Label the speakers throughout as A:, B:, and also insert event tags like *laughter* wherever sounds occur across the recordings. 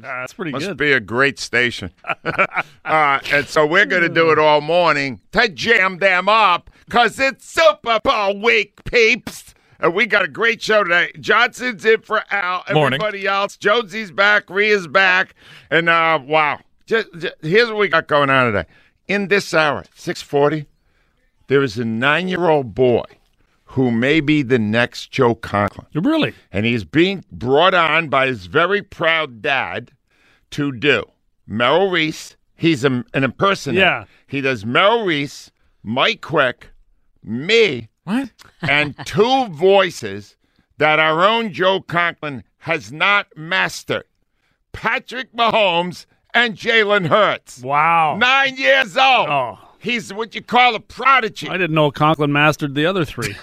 A: That's pretty
B: Must
A: good.
B: be a great station. *laughs* uh, and so we're going to do it all morning to jam them up because it's Super Bowl week, peeps. And we got a great show today. Johnson's in for Al.
A: Morning.
B: Everybody else. Jonesy's back. Ria's back. And uh, wow. Just, just- here's what we got going on today. In this hour, 640, there is a nine-year-old boy who may be the next Joe Conklin
A: really?
B: and he's being brought on by his very proud dad to do Merrill Reese. He's a, an impersonator.
A: Yeah.
B: He does Merrill Reese, Mike Quick, me,
A: What?
B: and two voices that our own Joe Conklin has not mastered Patrick Mahomes and Jalen Hurts.
A: Wow.
B: Nine years old.
A: Oh.
B: He's what you call a prodigy.
A: I didn't know Conklin mastered the other
B: *laughs*
A: three.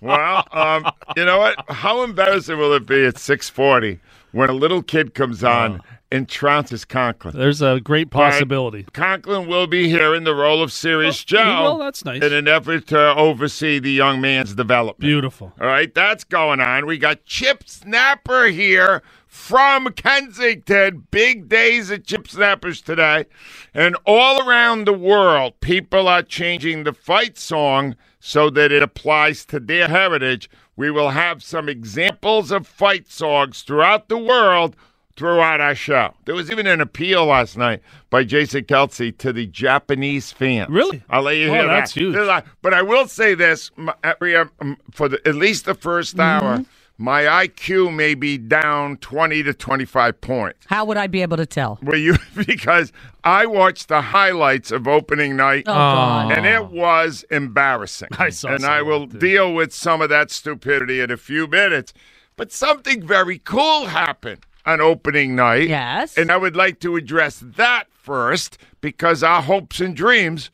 B: Well, um, you know what? How embarrassing will it be at 6:40 when a little kid comes on and trounces Conklin?
A: There's a great Oh. possibility.
B: Conklin will be here in the role of Serious
A: Oh, he
B: Joe
A: will? That's nice.
B: in an effort to oversee the young man's development.
A: Beautiful.
B: All right, that's going on. We got Chip Snapper here from Kensington. Big days at Chip Snappers today. And all around the world, people are changing the fight song so that it applies to their heritage. We will have some examples of fight songs throughout the world throughout our show. There was even an appeal last night by Jason Kelsey to the Japanese fans.
A: Really?
B: I'll let you
A: Oh,
B: hear that.
A: that's huge.
B: They're like- but I will say this, m- Maria, m- um, for the, at least the 1st hour, my IQ may be down 20 to 25 points.
C: How would I be able to tell?
B: Were you *laughs* because I watched the highlights of opening night
C: Oh, God.
B: and it was embarrassing.
A: I saw
B: and
A: some
B: I
A: of
B: will
A: it, too.
B: deal with some of that stupidity in a few minutes. But something very cool happened on opening night.
C: Yes.
B: And I would like to address that first because our hopes and dreams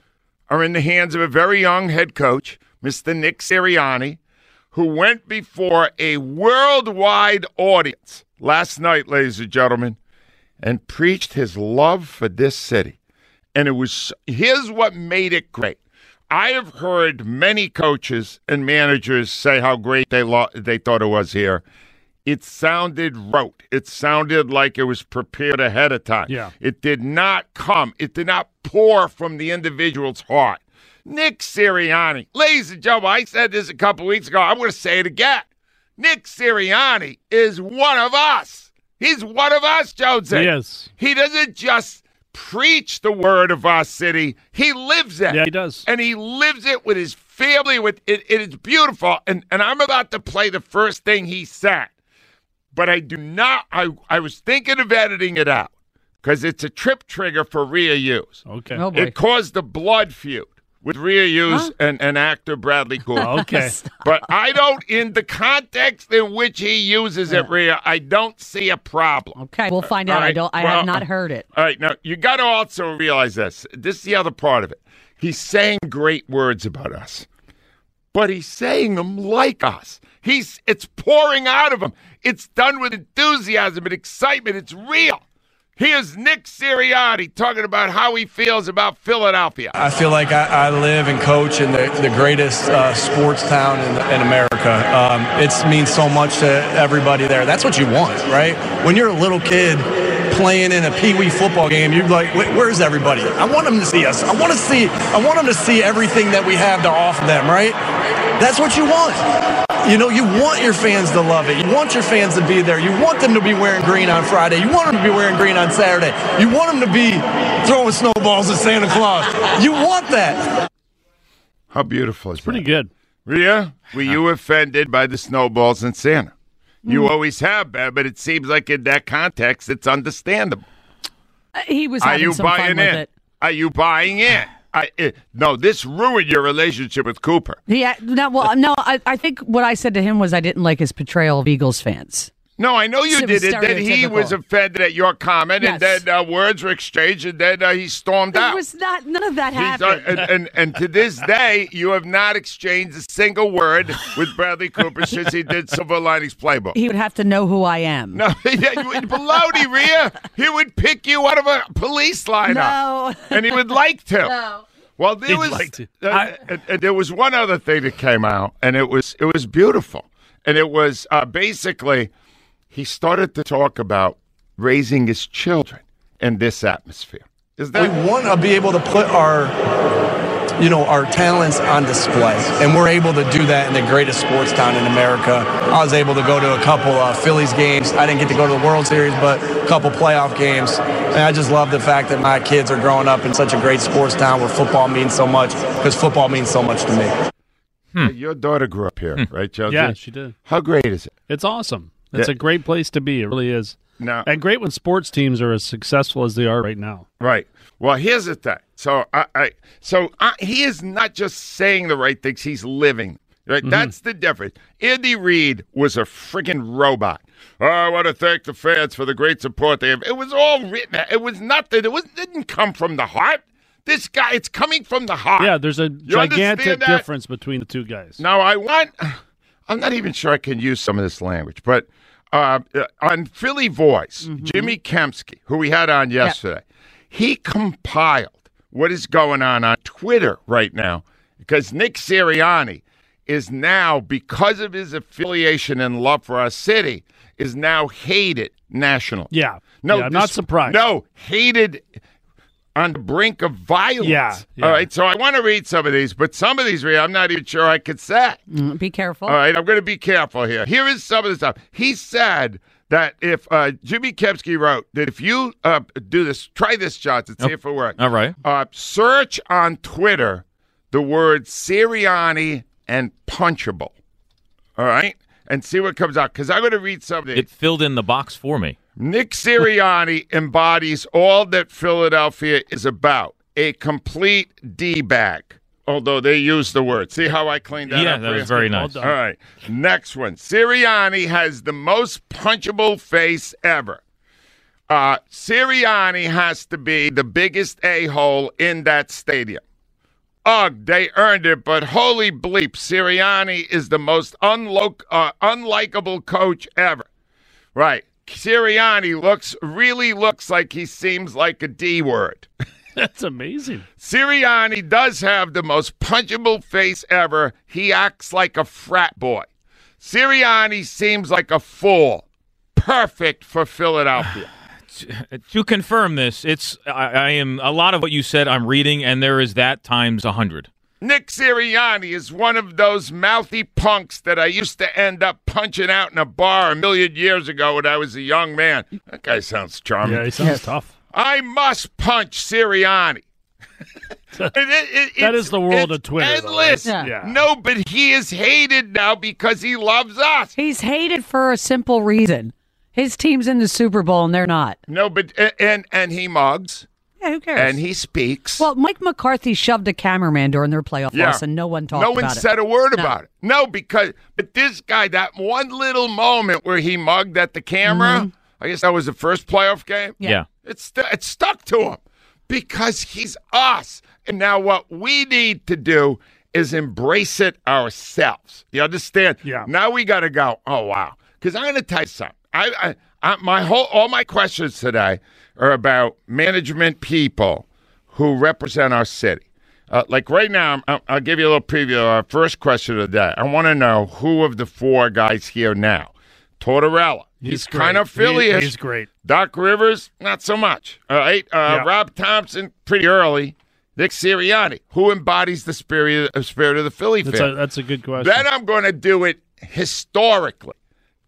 B: are in the hands of a very young head coach, Mr. Nick Sirianni, who went before a worldwide audience last night, ladies and gentlemen, and preached his love for this city. And it was here's what made it great. I have heard many coaches and managers say how great they lo- they thought it was here. It sounded rote. It sounded like it was prepared ahead of time.
A: Yeah.
B: It did not come. It did not pour from the individual's heart. Nick Sirianni, ladies and gentlemen, I said this a couple weeks ago. I'm going to say it again. Nick Sirianni is one of us. He's one of us, Jonesy.
A: He is.
B: He doesn't just preach the word of our city. He lives it.
A: Yeah, he does.
B: And he lives it with his family. With it, it is beautiful. And and I'm about to play the first thing he said, but I do not. I I was thinking of editing it out because it's a trip trigger for Rhea Hughes.
A: Okay.
C: Oh, boy.
B: It caused a blood feud with Rhea Hughes and, and actor Bradley Cooper.
A: Okay.
B: But I don't, in the context in which he uses it, Rhea, I don't see a problem.
C: Okay, we'll find out.
B: All
C: I
B: right,
C: don't. I
B: well- uh,
C: have not heard it.
B: All right, now you got to also realize this. This is the other part of it. He's saying great words about us, but he's saying them like us. He's it's pouring out of him. It's done with enthusiasm and excitement. It's real. Here's Nick Sirianni talking about how he feels about Philadelphia.
D: I feel like I, I live and coach in the, the greatest uh, sports town in, in America. Um, it means so much to everybody there. That's what you want, right? When you're a little kid playing in a pee-wee football game, you're like, "Wait, where's everybody? I want them to see us. I want to see. I want them to see everything that we have to offer them, right? That's what you want. You know, you want your fans to love it. You want your fans to be there. You want them to be wearing green on Friday. You want them to be wearing green on Saturday. You want them to be throwing snowballs at Santa Claus. You want that.
B: How beautiful is
A: Pretty
B: that?
A: good.
B: Ria, were you offended by the snowballs and Santa?
C: Hmm.
B: You always have been, but it seems like in that context, it's understandable.
C: Uh, He was
B: Are
C: having
B: you
C: some fun
B: buying
C: with
B: in?
C: it.
B: Are you buying in? I, it, no, this ruined your relationship with Cooper.
C: Yeah, no, well, no, I, I think what I said to him was I didn't like his portrayal of Eagles fans.
B: No, I know you
C: It was
B: did it. Then he
C: stereotypical.
B: was offended at your comment,
C: Yes.
B: and then uh, words were exchanged, and then uh, he stormed out.
C: It was not, none of that
B: He's-
C: happened.
B: uh, and, and, and to this day, you have not exchanged a single word with Bradley Cooper since he did Silver Linings Playbook.
C: he would have to know who I am.
B: No, *laughs* yeah, you would baloney, Rhea. He would pick you out of a police lineup.
C: No.
B: *laughs* And he would like to.
C: No.
B: Well, there
A: He'd
B: was
A: like to.
B: uh,
A: I-
B: and- and there was one other thing that came out, and it was it was beautiful, and it was uh, basically he started to talk about raising his children in this atmosphere. Is
D: We
B: that
D: want to be able to put our you know our talents on display and we're able to do that in the greatest sports town in america i was able to go to a couple uh, phillies games i didn't get to go to the world series but a couple playoff games and i just love the fact that my kids are growing up in such a great sports town where football means so much because football means so much to me
B: your daughter grew up here, right, Chelsea?
A: Hmm. Yeah, she did.
B: How great is it?
A: It's awesome. It's
B: Yeah.
A: a great place to be. It really is.
B: Now,
A: And great when sports teams are as successful as they are right now.
B: Right. Well, here's the thing. So I, I so I, he is not just saying the right things; he's living. Right.
A: Mm-hmm.
B: That's the difference. Andy Reid was a freaking robot. Oh, I want to thank the fans for the great support they have. It was all written. out. It was nothing. It was didn't come from the heart. This guy, it's coming from the heart.
A: Yeah, there's a
B: You understand
A: gigantic
B: that?
A: difference between the two guys.
B: Now I want. *sighs* I'm not even sure I can use some of this language, but uh, uh, on Philly Voice,
A: Mm-hmm.
B: Jimmy Kemsky, who we had on yesterday, he compiled what is going on on Twitter right now because Nick Sirianni is now, because of his affiliation and love for our city, is now hated nationally.
A: Yeah.
B: No,
A: Yeah, I'm not
B: dis-
A: surprised.
B: No, hated on the brink of violence.
A: Yeah, yeah.
B: All right. So I want to read some of these, but some of these, Rhea, I'm not even sure I could say.
C: Mm, Be careful.
B: All right, I'm going to be careful here. Here is some of the stuff. He said that if uh, Jimmy Kemsky wrote that if you uh, do this, try this, Johnson, see if it works.
E: All right.
B: Uh, search on Twitter the word Sirianni and punchable. All right? And see what comes out. Because I'm going to read something.
E: It filled in the box for me.
B: Nick Sirianni *laughs* embodies all that Philadelphia is about a complete D bag. Although they use the word. See how I cleaned that
E: yeah,
B: up?
E: that
B: for
E: was
B: you?
E: very
A: Well
E: nice.
A: done.
B: All right. Next one. Sirianni has the most punchable face ever. Uh, Sirianni has to be the biggest a hole in that stadium. Ugh, they earned it, but holy bleep, Sirianni is the most unlo- uh, unlikable coach ever. Right. Sirianni looks really looks like he seems like a D word. *laughs*
A: That's amazing.
B: Sirianni does have the most punchable face ever. He acts like a frat boy. Sirianni seems like a fool. Perfect
A: *sighs*
B: for Philadelphia. *sighs*
E: To confirm this, it's I, I am a lot of what you said. I'm reading, and there is that times a hundred.
B: Nick Sirianni is one of those mouthy punks that I used to end up punching out in a bar a million years ago when I was a young man. That guy sounds charming.
A: Yeah, he sounds tough.
B: I must
A: *laughs*
B: punch Sirianni. It- it- it-
A: That is the world
B: it's
A: of Twitter, though, right?
B: Endless.
C: Yeah.
A: Yeah.
B: No, but he is hated now because he loves us.
C: He's hated for a simple reason. His team's in the Super Bowl and they're not.
B: No, but a- and and he mugs
C: Yeah, who cares?
B: and he speaks.
C: well, Mike McCarthy shoved a cameraman during their playoff loss and no one talked
B: No one
C: about
B: said
C: it.
B: a word about it. No, because but this guy, that one little moment where he mugged at the camera,
C: Mm-hmm.
B: I guess that was the first playoff game.
E: Yeah.
B: It's stu- it's stuck to him because he's us. And now what we need to do is embrace it ourselves. You understand?
A: Yeah.
B: Now we got to go. Oh wow. Because I'm going to tell you something. I, I, I my whole all my questions today are about management people who represent our city. Uh, like right now, I'll, I'll give you a little preview of our first question of the day. I want to know who of the four guys here now. Tortorella. He's,
A: great.
B: kind of
A: He-
B: Philly-ish.
A: he's great.
B: Doc Rivers, not so much. All right. Uh, Rob Thompson, pretty early. Nick Sirianni, who embodies the spirit, uh, spirit of the Philly
A: That's
B: fan.
A: a that's a good question.
B: then I'm going to do it historically,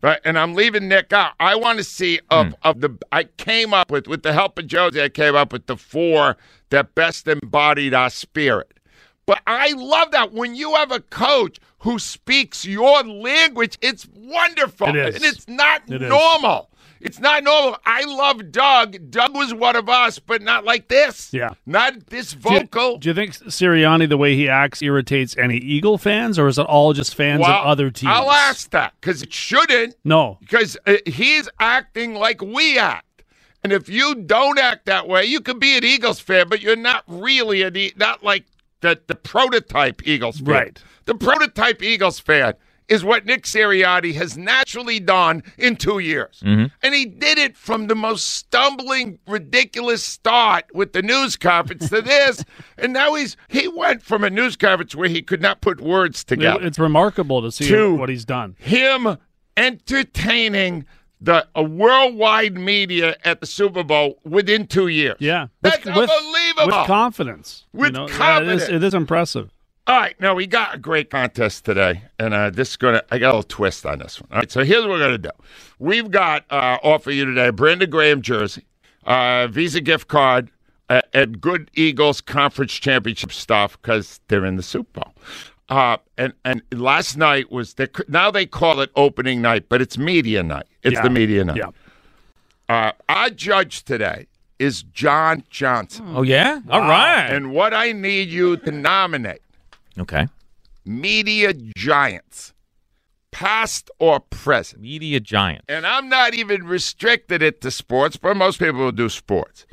B: right? And I'm leaving Nick out. I want to see
A: Hmm.
B: of of the I came up with with the help of Josie. I came up with the four that best embodied our spirit. But I love that when you have a coach who speaks your language, it's wonderful.
A: It is.
B: And it's not
A: It is.
B: normal. It's not normal. I love Doug. Doug was one of us, but not like this.
A: Yeah.
B: Not this
A: Do you-
B: vocal.
A: Do you, think Sirianni, the way he acts, irritates any Eagle fans, or is it all just fans
B: Well,
A: of other teams?
B: I'll ask that because it shouldn't.
A: No.
B: because uh, he's acting like we act. And if you don't act that way, you could be an Eagles fan, but you're not really an E- not like the the prototype Eagles fan.
A: Right.
B: The prototype Eagles fan is what Nick Sirianni has naturally done in two years, and he did it from the most stumbling, ridiculous start with the news conference to
A: *laughs*
B: this, and now he's he went from a news conference where he could not put words
A: It-
B: together
A: It's remarkable to see
B: Two.
A: what he's done.
B: him entertaining the a worldwide media at the Super Bowl within two years.
A: Yeah.
B: that's unbelievable.
A: With confidence.
B: With
A: yeah, it is-
B: confidence.
A: it is impressive.
B: All right, now we got a great contest today, and uh, this is gonna. I got a little twist on this one. All right, so here's what we're gonna do. We've got uh, offer you today: Brenda Graham jersey, uh, Visa gift card, uh, and Good Eagles conference championship stuff because they're in the Super Bowl. Uh, and and last night was the now they call it opening night, but it's media night. It's the media night.
A: Yeah.
B: Uh, our judge today is John Johnson,
E: Oh yeah. All right.
B: and what I need you to nominate
E: okay.
B: media giants, past or present.
E: Media giant.
B: And I'm not even restricted it to sports, but most people will do sports.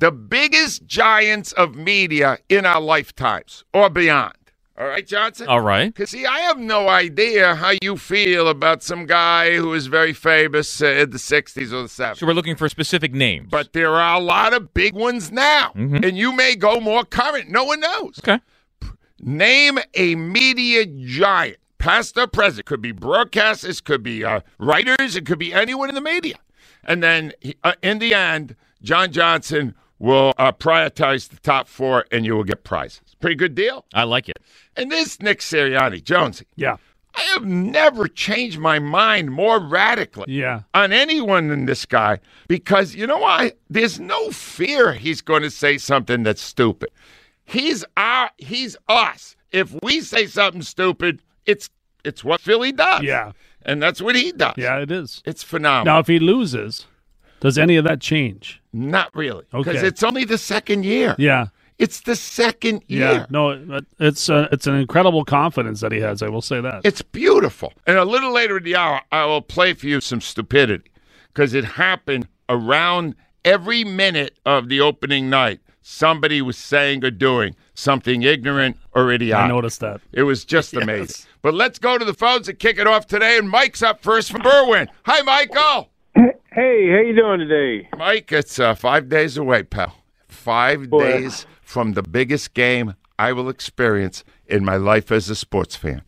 B: The biggest giants of media in our lifetimes or beyond. All right, Johnson?
E: All right.
B: Because, see, I have no idea how you feel about some guy who is very famous uh, in the 60s or the 70s.
E: So we're looking for specific names.
B: But there are a lot of big ones now, and you may go more current. No one knows.
E: Mm-hmm. okay.
B: Name a media giant, past or present. Could be broadcasters, could be uh, writers, it could be anyone in the media. And then he- uh, in the end, John Johnson will uh, prioritize the top four, and you will get prizes. Pretty good deal.
E: I like it.
B: And this Nick Sirianni, Jonesy,
A: Yeah.
B: I have never changed my mind more radically
A: Yeah.
B: on anyone than this guy because you know why? There's no fear he's going to say something that's stupid. He's our, he's us. If we say something stupid, it's it's what Philly does.
A: Yeah.
B: and that's what he does.
A: Yeah, it is.
B: it's
A: Now,
B: phenomenal.
A: if he loses, does any of that change?
B: Not really, because
A: Okay.
B: it's only the second year.
A: Yeah.
B: It's the second year.
A: Yeah. No, it- it's uh, it's an incredible confidence that he has. I will say that.
B: It's beautiful. And a little later in the hour, I will play for you some stupidity because it happened around every minute of the opening night. Somebody was saying or doing something ignorant or idiotic.
A: I noticed that.
B: It was
A: *laughs*
B: just amazing. But let's go to the phones and kick it off today. And Mike's up first from Berwyn. Hi, Michael.
F: Hey, how you doing today?
B: Mike, it's uh, five days away, pal. Five days from the biggest game I will experience in my life as a sports fan.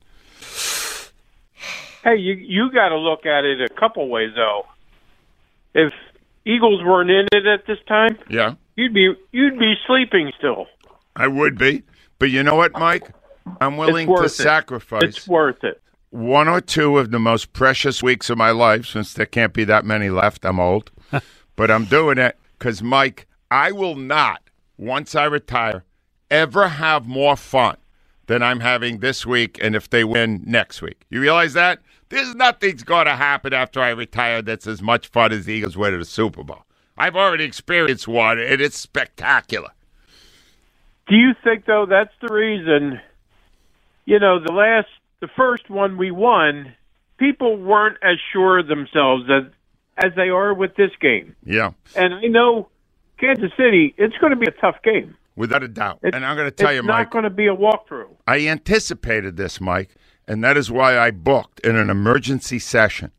F: Hey, you you got to look at it a couple ways though. If Eagles weren't in it at this time,
B: Yeah.
F: you'd be you'd be sleeping still.
B: I would be. But you know what, Mike? I'm willing
F: worth
B: to
F: it. It's
B: sacrifice
F: worth it.
B: one or two of the most precious weeks of my life since there can't be that many left. I'm old.
F: *laughs*
B: but I'm doing it because, Mike, I will not, once I retire, ever have more fun than I'm having this week and if they win next week. You realize that? There's nothing's going to happen after I retire that's as much fun as the Eagles win at the Super Bowl. I've already experienced one, and it's spectacular.
F: Do you think though that's the reason? You know, the last the first one we won, people weren't as sure of themselves as as they are with this game.
B: Yeah.
F: And I know Kansas City, it's going to be a tough game.
B: Without a doubt.
F: It's-
B: and I'm going to tell you,
F: it's not
B: Mike,
F: going to be a walkthrough.
B: I anticipated this, Mike, and that is why I booked in an emergency session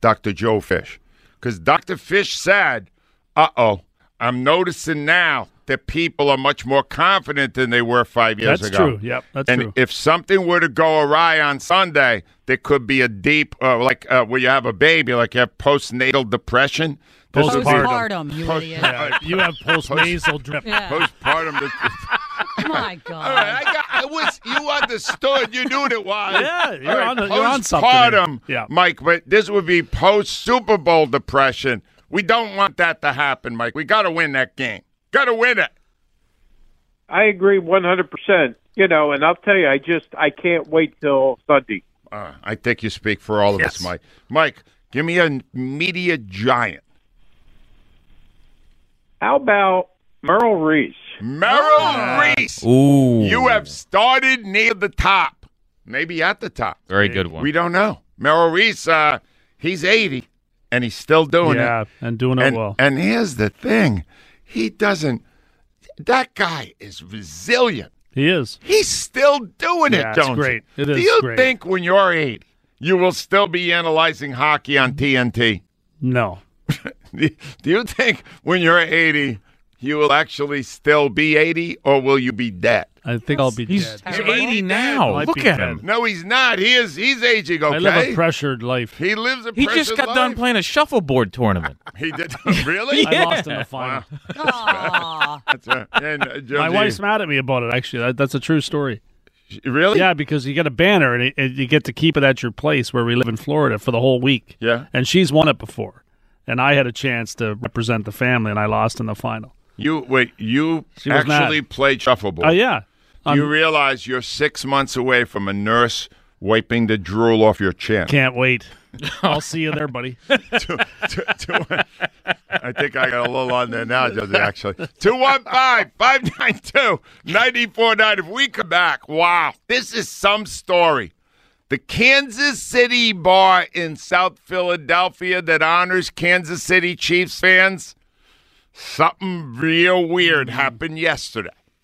B: Dr. Joe Fish. Because Dr. Fish said, uh oh, I'm noticing now that people are much more confident than they were five years
A: That's
B: ago.
A: true. Yep, that's
B: and
A: true.
B: if something were to go awry on Sunday, there could be a deep, uh, like uh, where you have a baby, like you have postnatal depression. This would be the-
A: Postpartum.
C: Postpartum, you idiot.
A: you have post nasal drip.
B: postpartum. de-
C: My
B: *laughs* All
C: God.
B: right, I, got, I was you understood. You knew what it was.
A: Yeah, you're
B: All
A: on- you're on something here.
B: Postpartum,
A: Yeah.
B: Mike. But this would be post Super Bowl depression. We don't want that to happen, Mike. We got to win that game. Got to win it.
F: I agree 100%. You know, and I'll tell you, I just, I can't wait till Sunday.
B: Uh, I think you speak for all of us, Mike. Mike, give me a media giant.
F: How about Merle Reese?
B: Merrill
A: Ah.
B: Reese.
E: Ooh,
B: You have started near the top, maybe at the top.
E: very good one.
B: We don't know. Merrill Reese, uh, he's 80, and he's still doing
A: yeah,
B: it.
A: and doing it
B: and,
A: well.
B: and here's the thing he doesn't, that guy is resilient.
A: he is.
B: He's still doing
A: Yeah,
B: it,
A: it's
B: don't you?
A: great. It
B: Do
A: is
B: you
A: great.
B: think when you're 80, you will still be analyzing hockey on TNT?
A: No.
B: *laughs* Do you think when you're 80, you will actually still be 80, or will you be dead?
A: I think I'll be
E: He's,
A: dead.
E: he's 80 now.
A: Might
E: Look
A: be
E: at
A: dead.
E: him.
B: No, he's not. He is. He's aging. Okay.
A: I live a pressured life.
B: he lives a.
E: He just
B: pressured
E: got done
B: life.
E: playing a
G: *laughs*
E: shuffleboard tournament.
B: He did. *laughs*
A: *laughs*
B: really?
A: I lost in the final.
C: Aw.
B: *laughs* That's right. And, uh,
A: My
B: Jonesy,
A: wife's mad at me about it. Actually, that, that's a true story.
B: Really?
A: Yeah, because you get a banner and, it, and you get to keep it at your place where we live in Florida for the whole week.
B: Yeah.
A: and she's won it before, and I had a chance to represent the family, and I lost in the final.
B: You wait. You
A: She was
B: actually played shuffleboard.
A: Oh yeah, I'm-
B: you realize you're six months away from a nurse wiping the drool off your chin. *laughs*
A: can't
E: *laughs*
A: wait. I'll see you there, buddy.
B: I think I got a little on there now, Josie, actually. 215 592 949. If we come back, wow, this is some story. The Kansas City bar in South Philadelphia that honors Kansas City Chiefs fans, something real weird happened yesterday.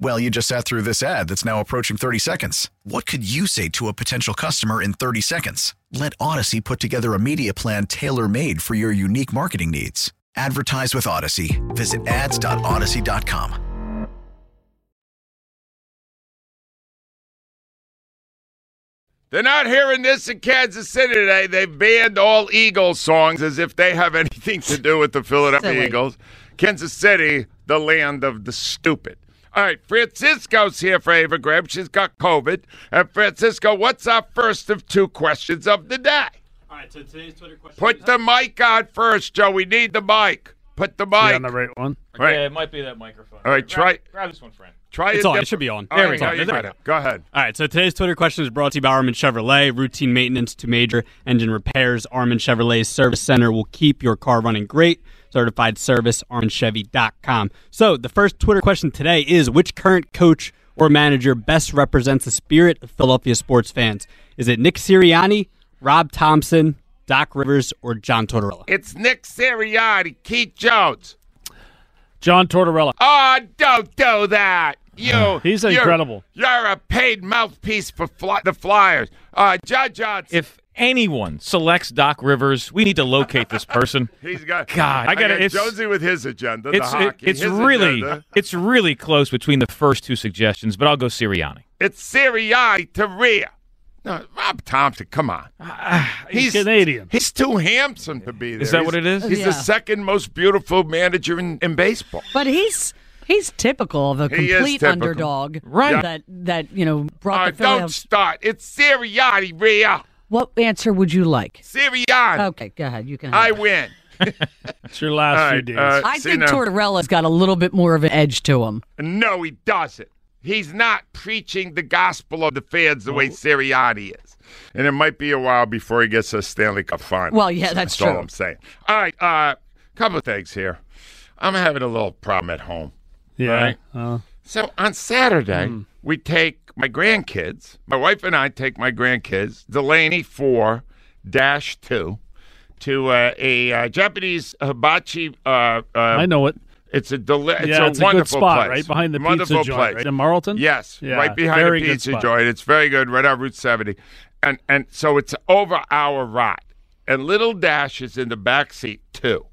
H: Well, you just sat through this ad that's now approaching 30 seconds. What could you say to a potential customer in 30 seconds? Let Odyssey put together a media plan tailor made for your unique marketing needs. Advertise with Odyssey. Visit ads.odyssey.com.
B: They're not hearing this in Kansas City today. They've banned all Eagles songs as if they have *laughs* anything to do with the Philadelphia
C: Silly.
B: Eagles. Kansas City, the land of the stupid. All right, Francisco's here for Ava Graham. She's got COVID. And Francisco, what's our first of two questions of the day?
A: All right, so today's Twitter question.
B: Put the mic on first, Joe. We need the mic. Put the mic.
A: on the right one.
B: *laughs* Right.
E: Yeah, it might be that microphone.
B: All right, try-
E: Grab, grab this one, friend.
B: Try
I: It's
B: it.
I: on.
B: dif-
I: It should be on.
B: All
I: There
B: right,
I: we go.
B: now you
I: There we
B: got it. Go ahead.
I: All right, so today's Twitter question is brought to you by Armin Chevrolet. Routine maintenance to major engine repairs. Armin Chevrolet's service center will keep your car running great. Certified service, arminchevy.com. So the first Twitter question today is which current coach or manager best represents the spirit of Philadelphia sports fans? Is it Nick Sirianni, Rob Thompson, Doc Rivers, or John Tortorella?
B: It's Nick Sirianni, Keith Jones.
A: John Tortorella.
B: Oh, don't do that.
E: *sighs*
B: You.
A: He's
B: you-
A: incredible.
B: You're a paid mouthpiece for fly, the Flyers. Uh, John Johnson.
E: If anyone selects Doc Rivers, we need to locate this person.
B: He's got
E: God, I gotta-
B: got
E: it's-
B: Jonesy with his agenda.
E: It's
B: *laughs* the
E: it-
B: hockey.
E: it's
B: his
E: really
B: agenda.
E: it's really close between the first two suggestions, but I'll go Sirianni.
B: it's Sirianni to Rhea. No, Rob Thompson, come on.
A: He's Canadian.
B: He's too handsome to be there.
E: Ah, Is that
B: He's-
E: what it is?
B: He's the
C: Yeah.
B: second most beautiful manager in, in baseball.
C: But he's He's typical of a
B: He is
C: complete
B: typical.
C: underdog,
B: Right. Yeah.
C: That that you know brought the Philly
B: don't
C: up.
B: start. It's Sirianni, Rhea.
C: What answer would you like?
B: Sirianni.
C: Okay, go ahead. You can.
B: I win.
A: *laughs* It's your last
B: All
A: few
B: right,
A: days.
B: uh,
C: I
B: see
C: think
B: now-
C: Tortorella's got a little bit more of an edge to him.
B: No, he doesn't. He's not preaching the gospel of the fans the
A: Oh.
B: way Sirianni is. And it might be a while before he gets a Stanley Cup final.
C: Well, yeah, that's
B: That's all
C: true.
B: I'm saying. All right, a uh, couple of things here. I'm having a little problem at home.
A: Yeah.
B: All right?
A: Uh,
B: So on Saturday, we take my grandkids, my wife and I take my grandkids, Delaney 4 dash 2, to uh, a uh, Japanese hibachi. Uh, uh, I
A: know it.
B: It's a deli- it's
A: yeah,
B: a
A: it's a good
B: wonderful
A: spot,
B: place.
A: right behind the
B: wonderful
A: pizza
B: place.
A: joint, right? in Marlton.
B: Yes,
A: Yeah,
B: right behind
A: very
B: the
A: good
B: pizza
A: spot.
B: joint. It's very good, right on Route 70. And and so it's over our ride. And little Dash is in the back seat too.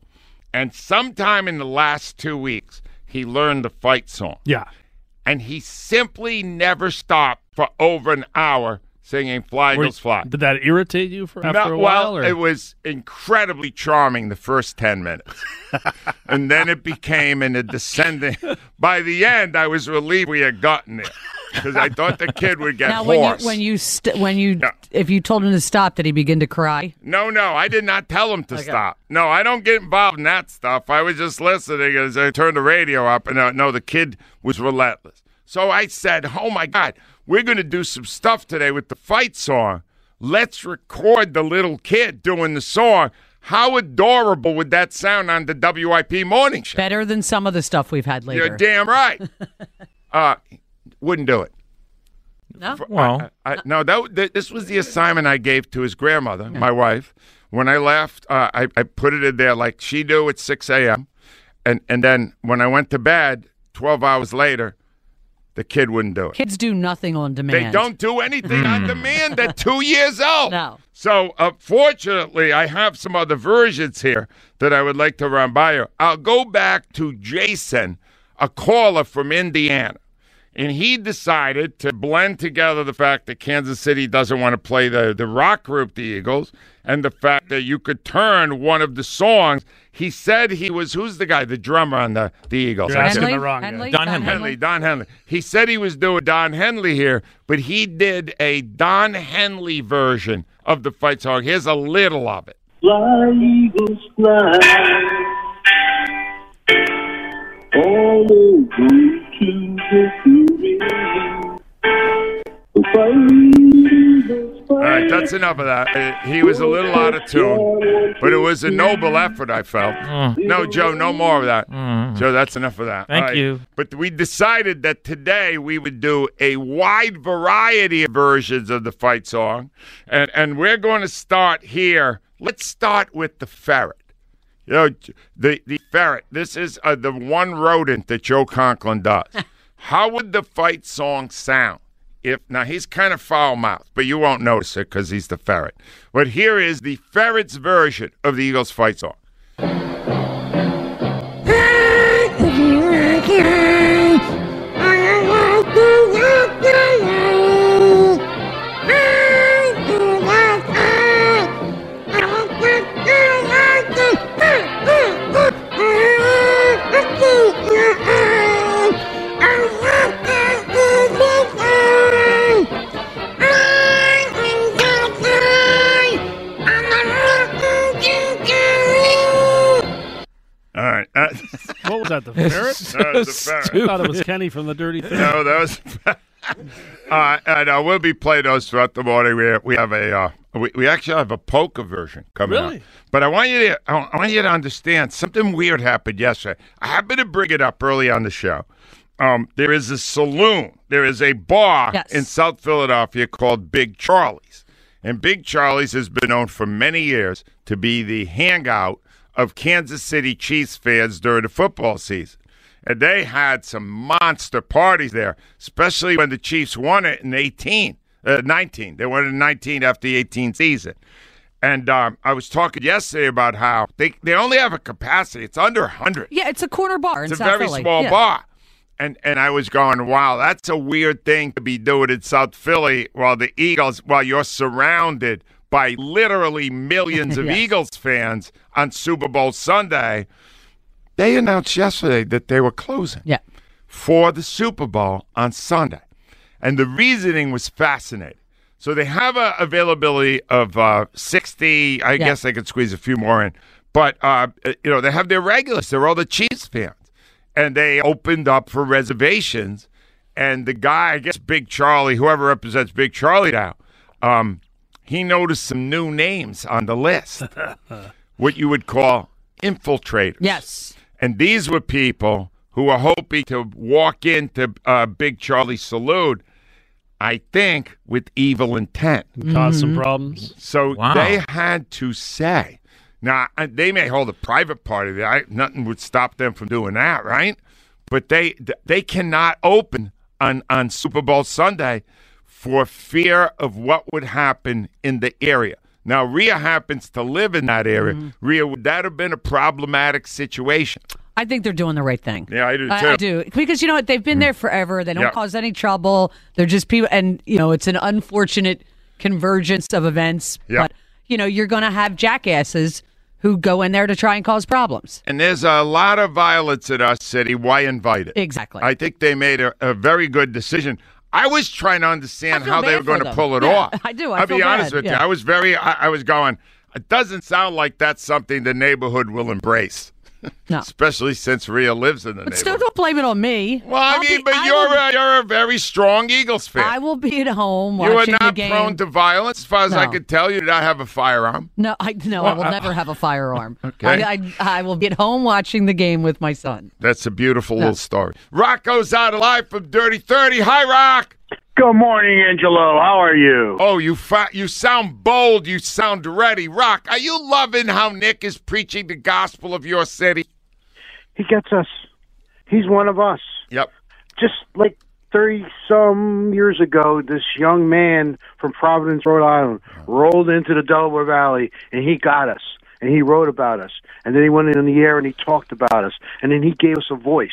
B: And sometime in the last two weeks, he learned the fight song.
A: Yeah.
B: And he simply never stopped for over an hour singing Fly
A: Were-
B: Eagles Fly.
A: Did that irritate you for after
B: Not-
A: a while?
B: well,
A: or?
B: it was incredibly charming the first
A: *laughs*
B: 10 minutes. and then it became in a descending. By the end, I was relieved we had gotten it because I thought the kid would get
C: now, when
B: hoarse.
C: you when you st- when you if you told him to stop, did he begin to cry?
B: No, no, I did not tell him to stop. No, I don't get involved in that stuff. I was just listening as I turned the radio up, and uh, no, the kid was relentless. So I said, "Oh my God, we're going to do some stuff today with the fight song. Let's record the little kid doing the song. How adorable would that sound on the WIP morning show?"
C: Better than some of the stuff we've had later.
B: You're damn right. uh, wouldn't do it.
C: No?
B: Well, I, I, no, that, th- this was the assignment I gave to his grandmother, my wife. When I left, uh, I, I put it in there like she knew at 6 a.m. And, and then when I went to bed 12 hours later, the kid wouldn't do it.
C: Kids do nothing on demand.
B: They don't do anything on demand. They're two years old.
C: No.
B: So, uh, fortunately, I have some other versions here that I would like to run by you. I'll go back to Jason, a caller from Indiana. And he decided to blend together the fact that Kansas City doesn't want to play the, the rock group, the Eagles, and the fact that you could turn one of the songs. He said he was, who's the guy, the drummer on the, the Eagles?
A: You're asking
B: That's it.
A: the wrong guy. Henley? Don
B: Don Henley.
A: Henley.
B: Don Henley. He said he was doing Don Henley here, but he did a Don Henley version of the fight song. Here's a little of it.
J: Fly, eagles, fly. All over to the fury. Fly, eagles, fly.
B: All right, that's enough of that. Uh, He was a little out of tune, but it was a noble effort, I felt. No, Joe, no more of that. Joe, that's enough of that.
E: Thank
B: All right.
E: you.
B: But we decided that today we would do a wide variety of versions of the fight song, and, and we're going to start here. Let's start with the ferret. You know, j- the, the ferret, this is uh, the one rodent that Joe
E: *laughs*
B: Conklin does. How would the fight song sound? If now he's kind of foul mouthed, but you won't notice it because he's the ferret. But here is the ferret's version of the Eagles fight song. All right. Uh,
A: *laughs* what was that? The ferret?
B: *laughs* That was the ferret.
A: I thought it was Kenny from the Dirty Thing.
B: no, that was. *laughs* uh, and uh, we'll be playing those throughout the morning. We we have a uh, we, we actually have a poker version coming
A: Really?
B: up. But I want you to I I want you to understand something weird happened yesterday. I happened to bring it up early on the show. Um, there is a saloon. There is a bar
K: Yes.
B: in South Philadelphia called Big Charlie's. And Big Charlie's has been known for many years to be the hangout of Kansas City Chiefs fans during the football season. And they had some monster parties there, especially when the Chiefs won it in 18, uh, 19. They won it in 19 after the 18 season. And um, I was talking yesterday about how they, they only have a capacity, it's under
C: *laughs*
B: 100
C: Yeah, it's a corner bar. in
B: it's a
C: South
B: very
C: Philly.
B: small
C: Yeah.
B: bar. And and I was going, wow, that's a weird thing to be doing in South Philly while the Eagles while you're surrounded by literally
C: *laughs*
B: millions of
K: Yes.
B: Eagles fans on Super Bowl Sunday. They announced yesterday that they were closing.
C: Yeah.
B: for the Super Bowl on Sunday. And the reasoning was fascinating. So they have a availability of uh, 60. I guess they could squeeze a few more in. But, uh, you know, they have their regulars. They're all the Chiefs fans. And they opened up for reservations. And the guy, I guess Big Charlie, whoever represents Big Charlie now, um, he noticed some new names on the list, what you would call infiltrators.
C: Yes.
B: And these were people who were hoping to walk into uh, Big Charlie Salute, I think, with evil intent.
A: Cause some Mhm. problems.
B: So
A: Wow.
B: they had to say. Now, uh, they may hold a private party. I, nothing would stop them from doing that, right? But they th- they cannot open on, on Super Bowl Sunday for fear of what would happen in the area. Now, Rhea happens to live in that area. Rhea, would that have been a problematic situation?
C: Mm-hmm. I think they're doing the right thing.
B: Yeah, I do too. Mm.
C: I, I do because you know what they've been there forever. They don't
B: Yeah.
C: cause any trouble. They're just people, and you know it's an unfortunate convergence of events.
B: Yeah.
C: But you know you're going to have jackasses who go in there to try and cause problems.
B: And there's a lot of violence in our city. Why invite it?
C: Exactly.
B: I think they made a, a very good decision. I was trying to understand
C: I feel
B: how they
C: bad
B: were going
C: for
B: to
C: them.
B: pull it
C: Yeah,
B: off.
C: I do. I
B: I'll be
C: feel
B: honest
C: bad.
B: with you.
C: Yeah.
B: I was very. I, I was going. It doesn't sound like that's something the neighborhood will embrace. *laughs*
C: No.
B: Especially since Rhea lives in
C: But
B: the neighborhood.
C: still, don't blame it on me.
B: Well, I mean, but you're a, you're a very strong Eagles fan.
C: I will be at home
B: you are
C: watching the
B: not
C: game.
B: prone to violence, as far as I
C: No.
B: could tell. You do not have a firearm.
C: no, I no, I
B: Well,
C: will
B: I-
C: never have a firearm.
B: *laughs* Okay.
C: I, I, I will be at home watching the game with my son.
B: That's a beautiful little story. Rock goes out alive from Dirty Thirty. Hi, Rock.
K: Good morning, Angelo. How are you?
B: Oh, you fa- you sound bold. You sound ready. Rock, are you loving how Nick is preaching the gospel of your city?
K: He gets us. He's one of us.
B: Yep.
K: Just like 30 some years ago, this young man from Providence, Rhode Island,
A: Uh-huh.
K: rolled into the Delaware Valley and he got us. And he wrote about us. And then he went in the air and he talked about us. And then he gave us a voice.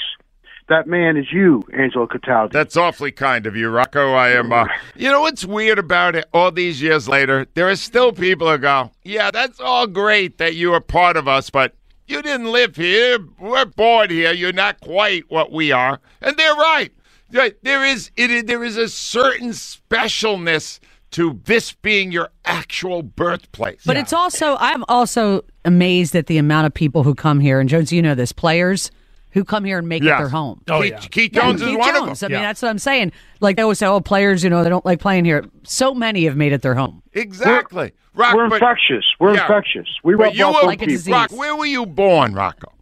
K: That man is you, Angelo Cataldi.
B: That's awfully kind of you, Rocco. I am. Uh, you know what's weird about it? All these years later, there are still people who go, "Yeah, that's all great that you are part of us, but you didn't live here. We're born here. You're not quite what we are," and they're right. Right. There is it. is- There is a certain specialness to this being your actual birthplace.
C: But it's also I'm also amazed at the amount of people who come here, and Jones, you know this, players who come here and make
B: Yes.
C: it their home.
B: Oh, Keith- yeah. Keith Jones is
C: Keith
B: one of
C: Jones. I
B: them.
C: mean,
B: Yeah.
C: that's what I'm saying. Like they always say, oh, players, you know, they don't like playing here. So many have made it their home.
B: Exactly. Rock,
K: We're
B: but-
K: infectious. We're
B: Yeah.
K: infectious. We
B: But
K: rub
B: you
K: off
B: were,
K: on people.
B: Rock, where were you born, Rocco?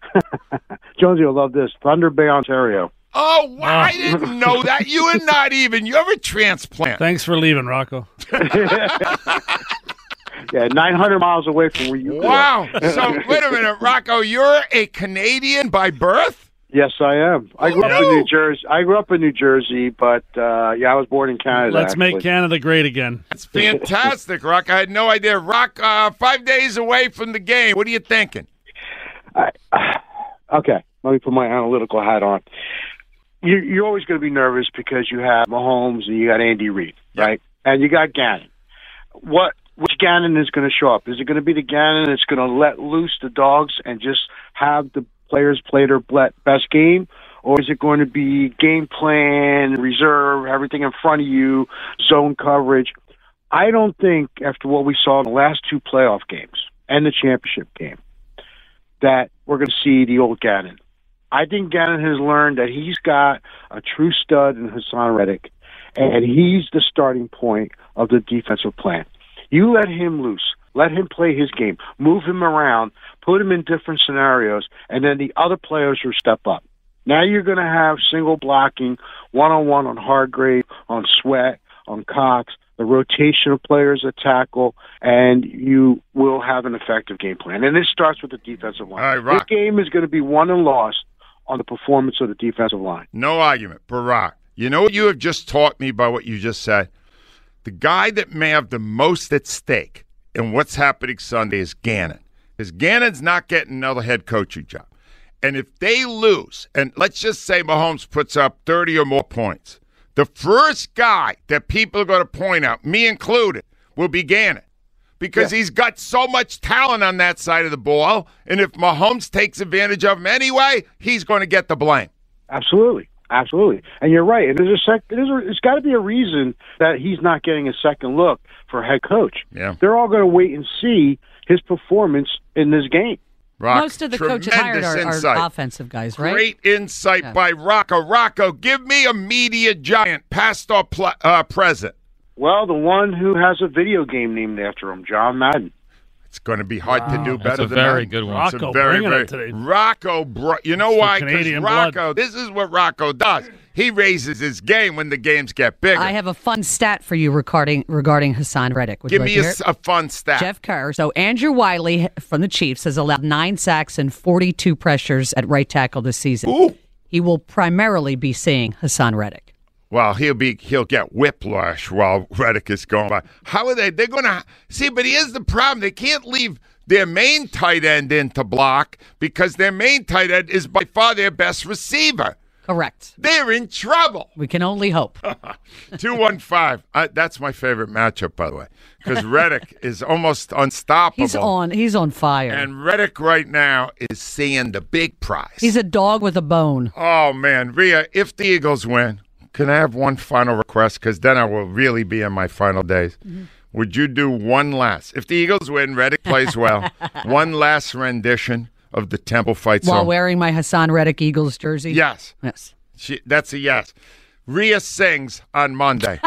K: *laughs* Jonesy will love this. Thunder Bay, Ontario.
B: Oh, wow. I didn't know that. You are not even. You're a transplant.
A: Thanks for leaving, Rocco.
B: *laughs*
K: Yeah, 900 miles away from where you
B: Wow.
K: are.
B: So wait a minute, Rocco. You're a Canadian by birth.
K: Yes, I am. I grew up in New Jersey. I grew up in New Jersey, but uh, yeah, I was born in Canada.
A: Let's make
K: actually.
A: Canada great again.
B: That's fantastic, Rock. I had no idea. Rock, uh, five days away from the game. What are you thinking?
K: Okay, let me put my analytical hat on. You, you're always going to be nervous because you have Mahomes and you got Andy Reid, right? And you got Gannon. What which Gannon is going to show up? Is it going to be the Gannon that's going to let loose the dogs and just have the players play their ble- best game, or is it going to be game plan, reserve, everything in front of you, zone coverage? I don't think after what we saw in the last two playoff games and the championship game that we're going to see the old Gannon. I think Gannon has learned that he's got a true stud in Hassan Reddick, and he's the starting point of the defensive plan. You let him loose, let him play his game, move him around, put him in different scenarios, and then the other players will step up. Now you're going to have single blocking, one on one on Hargrave, on Sweat, on Cox, the rotation of players at tackle, and you will have an effective game plan. And this starts with the defensive line. this
B: Rock.
K: game is going to be won and lost on the performance of the defensive line.
B: No argument, Barack. You know what you have just taught me by what you just said? The guy that may have the most at stake in what's happening Sunday is Gannon. Because Gannon's not getting another head coaching job. And if they lose, and let's just say Mahomes puts up 30 or more points, the first guy that people are going to point out, me included, will be Gannon. Because he's got so much talent on that side of the ball. And if Mahomes takes advantage of him anyway, he's going to get the blame.
K: Absolutely, absolutely. And you're right. And there's a sec. There's a, it's got to be a reason that he's not getting a second look for head coach.
B: Yeah.
K: They're all going to wait and see his performance in this game.
B: Rock,
C: Most of the coaches hired are,
B: tremendous
C: are
B: insight.
C: offensive guys, right?
B: Great insight by Rocco. Rocco, give me a media giant, past or pl- uh, present.
K: Well, the one who has a video game named after him, John Madden.
B: It's going to be hard to do
K: That's
B: better
K: a
B: than
K: very
B: that.
K: good one.
B: It's a
K: Rocco
B: very,
K: bringing it
B: very- Rocco, bro- you know
K: It's the
B: why? 'Cause
K: Canadian
B: Rocco,
K: blood.
B: this is what Rocco does. He raises his game when the games get bigger.
C: I have a fun stat for you regarding regarding Hassan Reddick. Would
B: Give
C: you like
B: me
C: to
B: a,
C: hear
B: s-
C: it?
B: a fun stat.
C: Jeff Kerr. So Andrew Wiley from the Chiefs has allowed nine sacks and 42 pressures at right tackle this season. He will primarily be seeing Hassan Reddick.
B: Well, he'll be he'll get whiplash while Reddick is going by. How are they? They're going to see, but here's the problem: they can't leave their main tight end in to block because their main tight end is by far their best receiver.
C: Correct.
B: They're in trouble. *laughs*
C: We can only hope.
B: Oh, Two one five. Uh, that's my favorite matchup, by the way,
C: *laughs*
B: because Reddick is almost unstoppable.
C: He's on. He's on fire.
B: and Reddick right now is seeing the big prize.
C: he's a dog with a bone.
B: Oh man, Rhea, if the Eagles win, can I have one final request? Because then I will really be in my final days.
C: Mm-hmm.
B: Would you do one last? If the Eagles win, Reddick
C: *laughs*
B: plays well. one last rendition of the Temple Fight
C: While
B: song.
C: wearing my Hassan Reddick Eagles jersey.
B: Yes.
C: Yes.
B: She, that's a yes. Rhea sings on
C: *laughs*
B: Monday.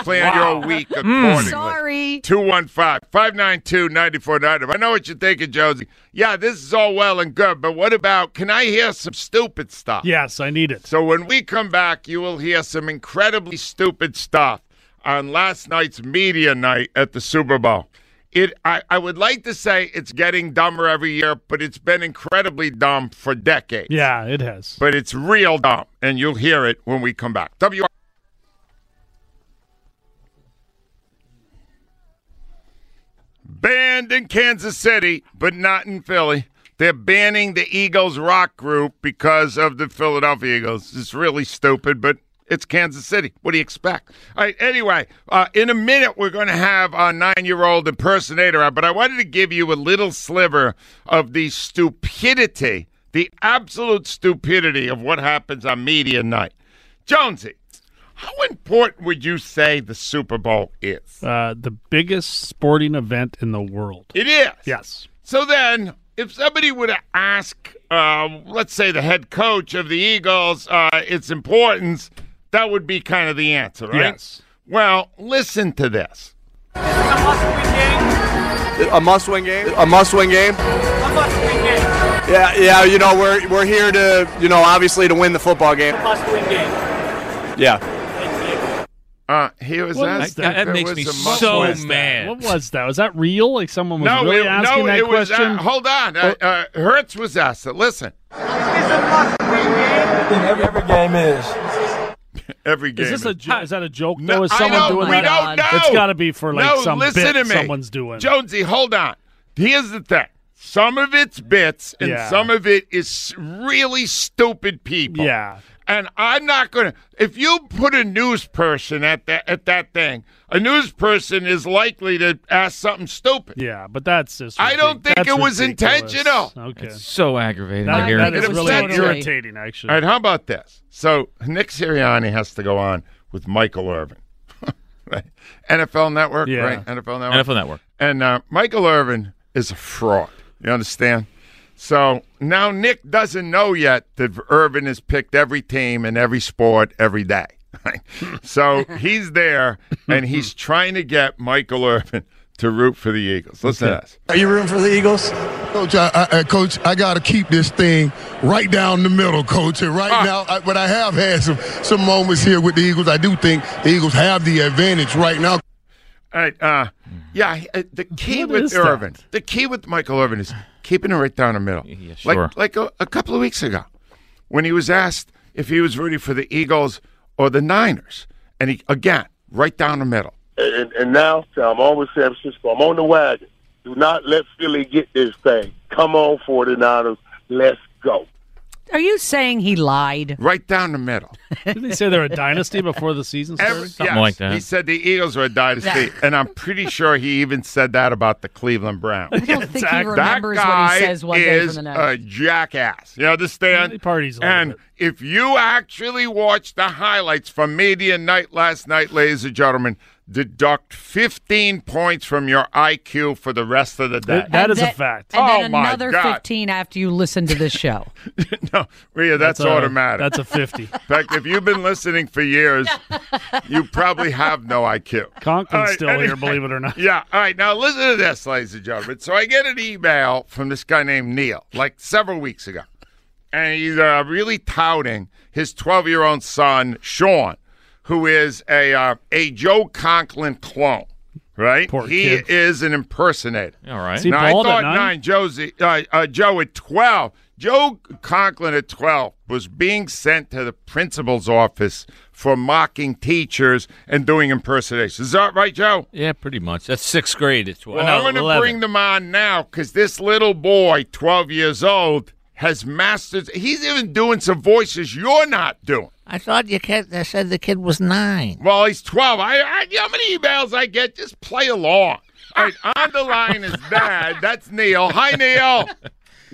B: Plan your week
C: Mm.
A: Hmm.
B: accordingly.
C: Sorry.
B: 215 592 9490. I know what you're thinking, Josie. Yeah, this is all well and good, but what about can I hear some stupid stuff?
A: Yes, I need it.
B: So when we come back, you will hear some incredibly stupid stuff on last night's media night at the Super Bowl. It, I, I would like to say it's getting dumber every year, but it's been incredibly dumb for decades.
A: Yeah, it has.
B: But it's real dumb, and you'll hear it when we come back. W. Banned in Kansas City, but not in Philly. They're banning the Eagles rock group because of the Philadelphia Eagles. It's really stupid, but it's Kansas City. What do you expect? All right, anyway, uh, in a minute, we're going to have our nine year old impersonator out, but I wanted to give you a little sliver of the stupidity, the absolute stupidity of what happens on media night. Jonesy, how important would you say the Super Bowl is?
A: Uh, the biggest sporting event in the world.
B: It is.
A: Yes.
B: So then, if somebody were to ask, um, let's say, the head coach of the Eagles uh, its importance, that would be kind of the answer, right?
L: Yes.
B: Well, listen to this.
L: A must-win game. A must-win game. Yeah, yeah. You know, we're we're here to, you know, obviously to win the football game. Yeah.
B: Uh, here was
A: What
B: that.
A: was that? That
B: There
A: makes
B: was
A: me
B: a must-
A: so
B: what was that?
A: mad. What was that? Was that real? Like someone was really
B: it,
A: asking
B: no,
A: that
B: it was.
A: question?
B: Uh, hold on, uh, uh, Hertz was asked it. Listen,
L: Every, game is.
B: *laughs* every game.
A: Is this a jo- is that a joke?
B: No,
A: though? Is
B: I
A: someone
B: know,
A: doing
B: we
A: that?
B: don't know.
A: It's got to be for like
B: no,
A: some
B: listen
A: bit
B: to me.
A: someone's doing.
B: Jonesy, hold on. Here's the thing. Some of it's bits, and
A: Yeah.
B: some of it is really stupid people.
A: Yeah.
B: And I'm not gonna. If you put a news person at that at that thing, a news person is likely to ask something stupid.
A: Yeah, but that's just.
B: I don't think
A: that's
B: it was
A: ridiculous.
B: intentional.
A: Okay.
E: It's so aggravating
A: That-
E: to hear.
A: that is
E: it.
B: It
A: really
B: upsets me.
A: irritating, actually.
B: All right, how about this? So Nick Sirianni has to go on with Michael Irvin, *laughs* right? NFL Network,
E: Yeah.
B: right? NFL Network.
E: NFL Network.
B: And uh, Michael Irvin is a fraud. You understand? So now Nick doesn't know yet that Irvin has picked every team in every sport every day. *laughs* right? so he's there and he's trying to get Michael Irvin to root for the Eagles. Listen to this.
M: Are you rooting for the Eagles? Coach, I, I, I- coach, I got to keep this thing right down the middle, coach. And
B: Ah.
M: right now, I, but I have had some some moments here with the Eagles. I do think the Eagles have the advantage right now.
B: All right. Uh, yeah, he- uh, the key
M: What
B: with
M: is that?
B: Irvin, the key with Michael Irvin is keeping it right down the middle.
E: sure.
B: Like, like a, a couple of weeks ago, when he was asked if he was rooting for the Eagles or the Niners, and he again right down the middle.
N: And, and now I'm on with San Francisco. I'm on the wagon. Do not let Philly get this thing. Come on, 49ers. Let's go.
C: Are you saying he lied?
B: Right down
C: *laughs*
B: the middle.
A: Didn't they say they're a dynasty before the season started?
B: Yes, He said the Eagles were a dynasty, and I'm pretty sure he even said that about the Cleveland Browns.
M: *laughs*
C: I don't think he
B: Exactly.
C: remembers
B: that
C: what
B: guy
C: he says one day
B: is
C: from the
B: a
C: next.
B: jackass. You understand? parties and if you actually watch the highlights from media night last night, ladies and gentlemen, deduct 15 points from your IQ for the rest of the day.
A: That is a fact.
C: And
B: oh
C: then
B: my
C: another
B: God,
C: 15 after you listen to this
B: *laughs*
C: show. *laughs*
B: Rhea, that's,
A: That's a-
B: automatic.
A: that's a 50.
B: *laughs* In fact, if you've been listening for years, you probably have no IQ.
A: Conklin's
B: All right,
A: still here,
B: anyway.
A: believe it or not.
B: *laughs* Yeah. All right. Now listen to this, ladies and gentlemen. So I get an email from this guy named Neil, like several weeks ago, and he's uh, really touting his 12 year old son Sean, who is a uh, a Joe Conklin clone. Right. Poor he
A: kid.
B: is an impersonator.
E: All right.
A: Is he
B: now, I
A: bald at
B: thought
A: nine?
B: Josie, uh, uh, Joe at 12. Joe Conklin at 12 was being sent to the principal's office for mocking teachers and doing impersonations. Is that right, Joe?
E: Yeah, pretty much. That's sixth grade. It's
B: Well, I'm going to bring them on now because this little boy, 12 years old, has mastered. He's even doing some voices you're not doing.
G: I thought you kid, I said the kid was nine.
B: Well, he's 12. I, I you know How many emails I get? Just play along. All right, on the line is Dad. That's Neil. Hi, Neil.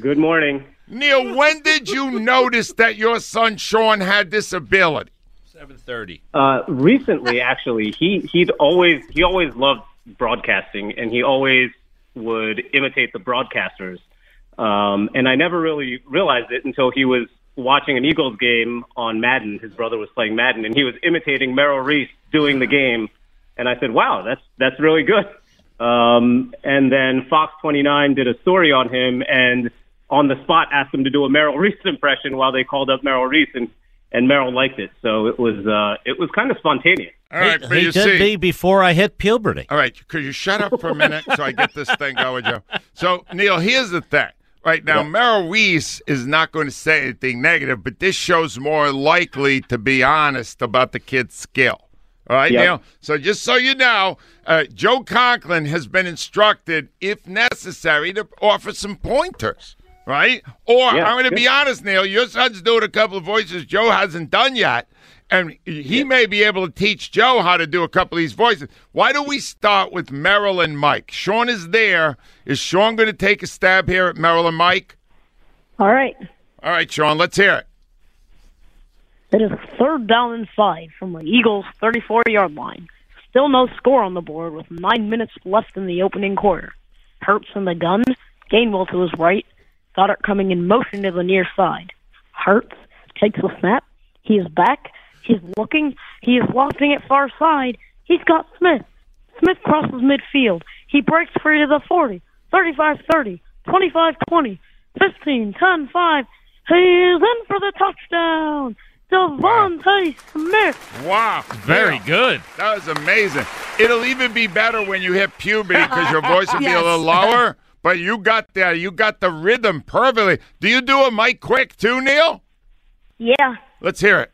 O: Good morning.
B: Neil, when did you notice that your son Sean had this ability?
E: Seven thirty.
O: Uh, recently, actually, he he'd always he always loved broadcasting, and he always would imitate the broadcasters. Um, and I never really realized it until he was watching an Eagles game on Madden. His brother was playing Madden, and he was imitating Merrill Reese doing the game. And I said, "Wow, that's that's really good." Um, and then Fox 29 did a story on him, and on the spot asked him to do a Merrill *laughs* Reese impression while they called up Merrill Reese, and and Merrill liked it. So it was uh, it was kind of spontaneous.
B: All right, but
G: he
B: you
G: could
B: see.
G: be before I hit puberty.
B: All right, could you shut up for
A: *laughs*
B: a minute so I get this thing going, Joe? So, Neil, here's the thing. Right now, Merrill Reese is not going to say anything negative, but this show's more likely to be honest about the kid's skill. All right,
O: Yep.
B: Neil? So, just so you know, uh, Joe Conklin has been instructed, if necessary, to offer some pointers. Right? Or
O: Yeah,
B: I'm going to be
O: yeah.
B: honest, Neil. Your son's doing a couple of voices Joe hasn't done yet, and he may be able to teach Joe how to do a couple of these voices. Why don't we start with Merrill and Mike? Sean is there. Is Sean going to take a stab here at Merrill and Mike?
P: All right.
B: All right, Sean, let's hear it.
P: It is third down and five from the Eagles' 34 yard line. Still no score on the board with nine minutes left in the opening quarter. Hertz in the gun, Gainwell to his right, Goddard coming in motion to the near side. Hertz takes the snap. He is back. He's looking. He is lofting it far side. He's got Smith. Smith crosses midfield. He breaks free to the 40, 35 30, 25 20, 15 10 5. He's in for the touchdown. Devontae Smith.
B: Wow.
E: Very good.
B: That was amazing. It'll even be better when you hit puberty because your voice will be a
J: Yes.
B: little lower, but you got there. You got the rhythm perfectly. Do you do a Mike Quick too, Neil?
P: Yeah,
B: Let's hear it.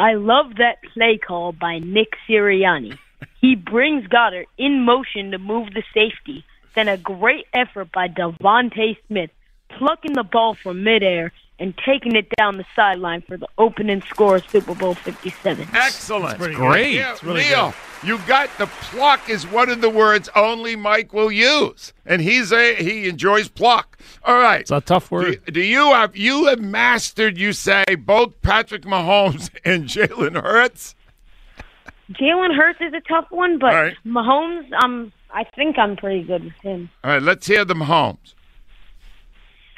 P: I love that play call by Nick
B: *laughs*
P: Sirianni. He brings Goddard in motion to move the safety. Then a great effort by Devontae Smith, plucking the ball from midair and taking it down the sideline for the opening score of Super Bowl 57.
B: Excellent.
P: pretty
E: great.
B: Yeah,
E: It's really
B: Neil, you got the pluck is one of the words only Mike will use. And he's a he enjoys pluck. All right. It's
A: a tough word.
B: Do, do you have you have mastered, you say, both Patrick Mahomes *laughs* and Jalen Hurts?
P: Jalen Hurts is a tough one, but
B: All right.
P: Mahomes, um, I think I'm pretty good with him.
B: All right, let's hear the Mahomes.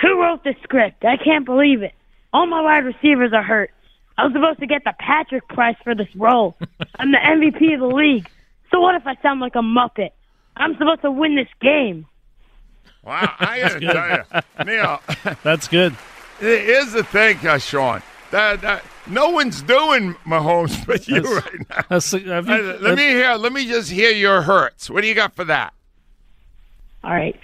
P: Who wrote the script? I can't believe it. All my wide receivers are hurt. I was supposed to get the Patrick Prize for this
B: *laughs*
P: role. I'm the MVP of the league. So what if I sound like a muppet? I'm supposed to win this game.
B: Wow, I gotta tell you, Neil.
A: That's good.
B: Here's the thing, uh, Sean. That, that no one's doing Mahomes *laughs* but you right now. Uh, let me hear. Let me just hear your hurts. What do you got for that?
P: All right.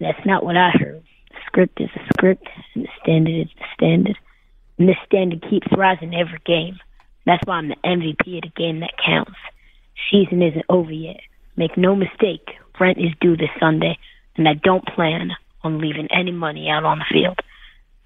P: That's not what I heard. The script is a script, and the standard is the standard. And the standard keeps rising every game. That's why I'm the MVP of the game that counts. Season isn't over yet. Make no mistake, rent is due this Sunday, and I don't plan on leaving any money out on the field.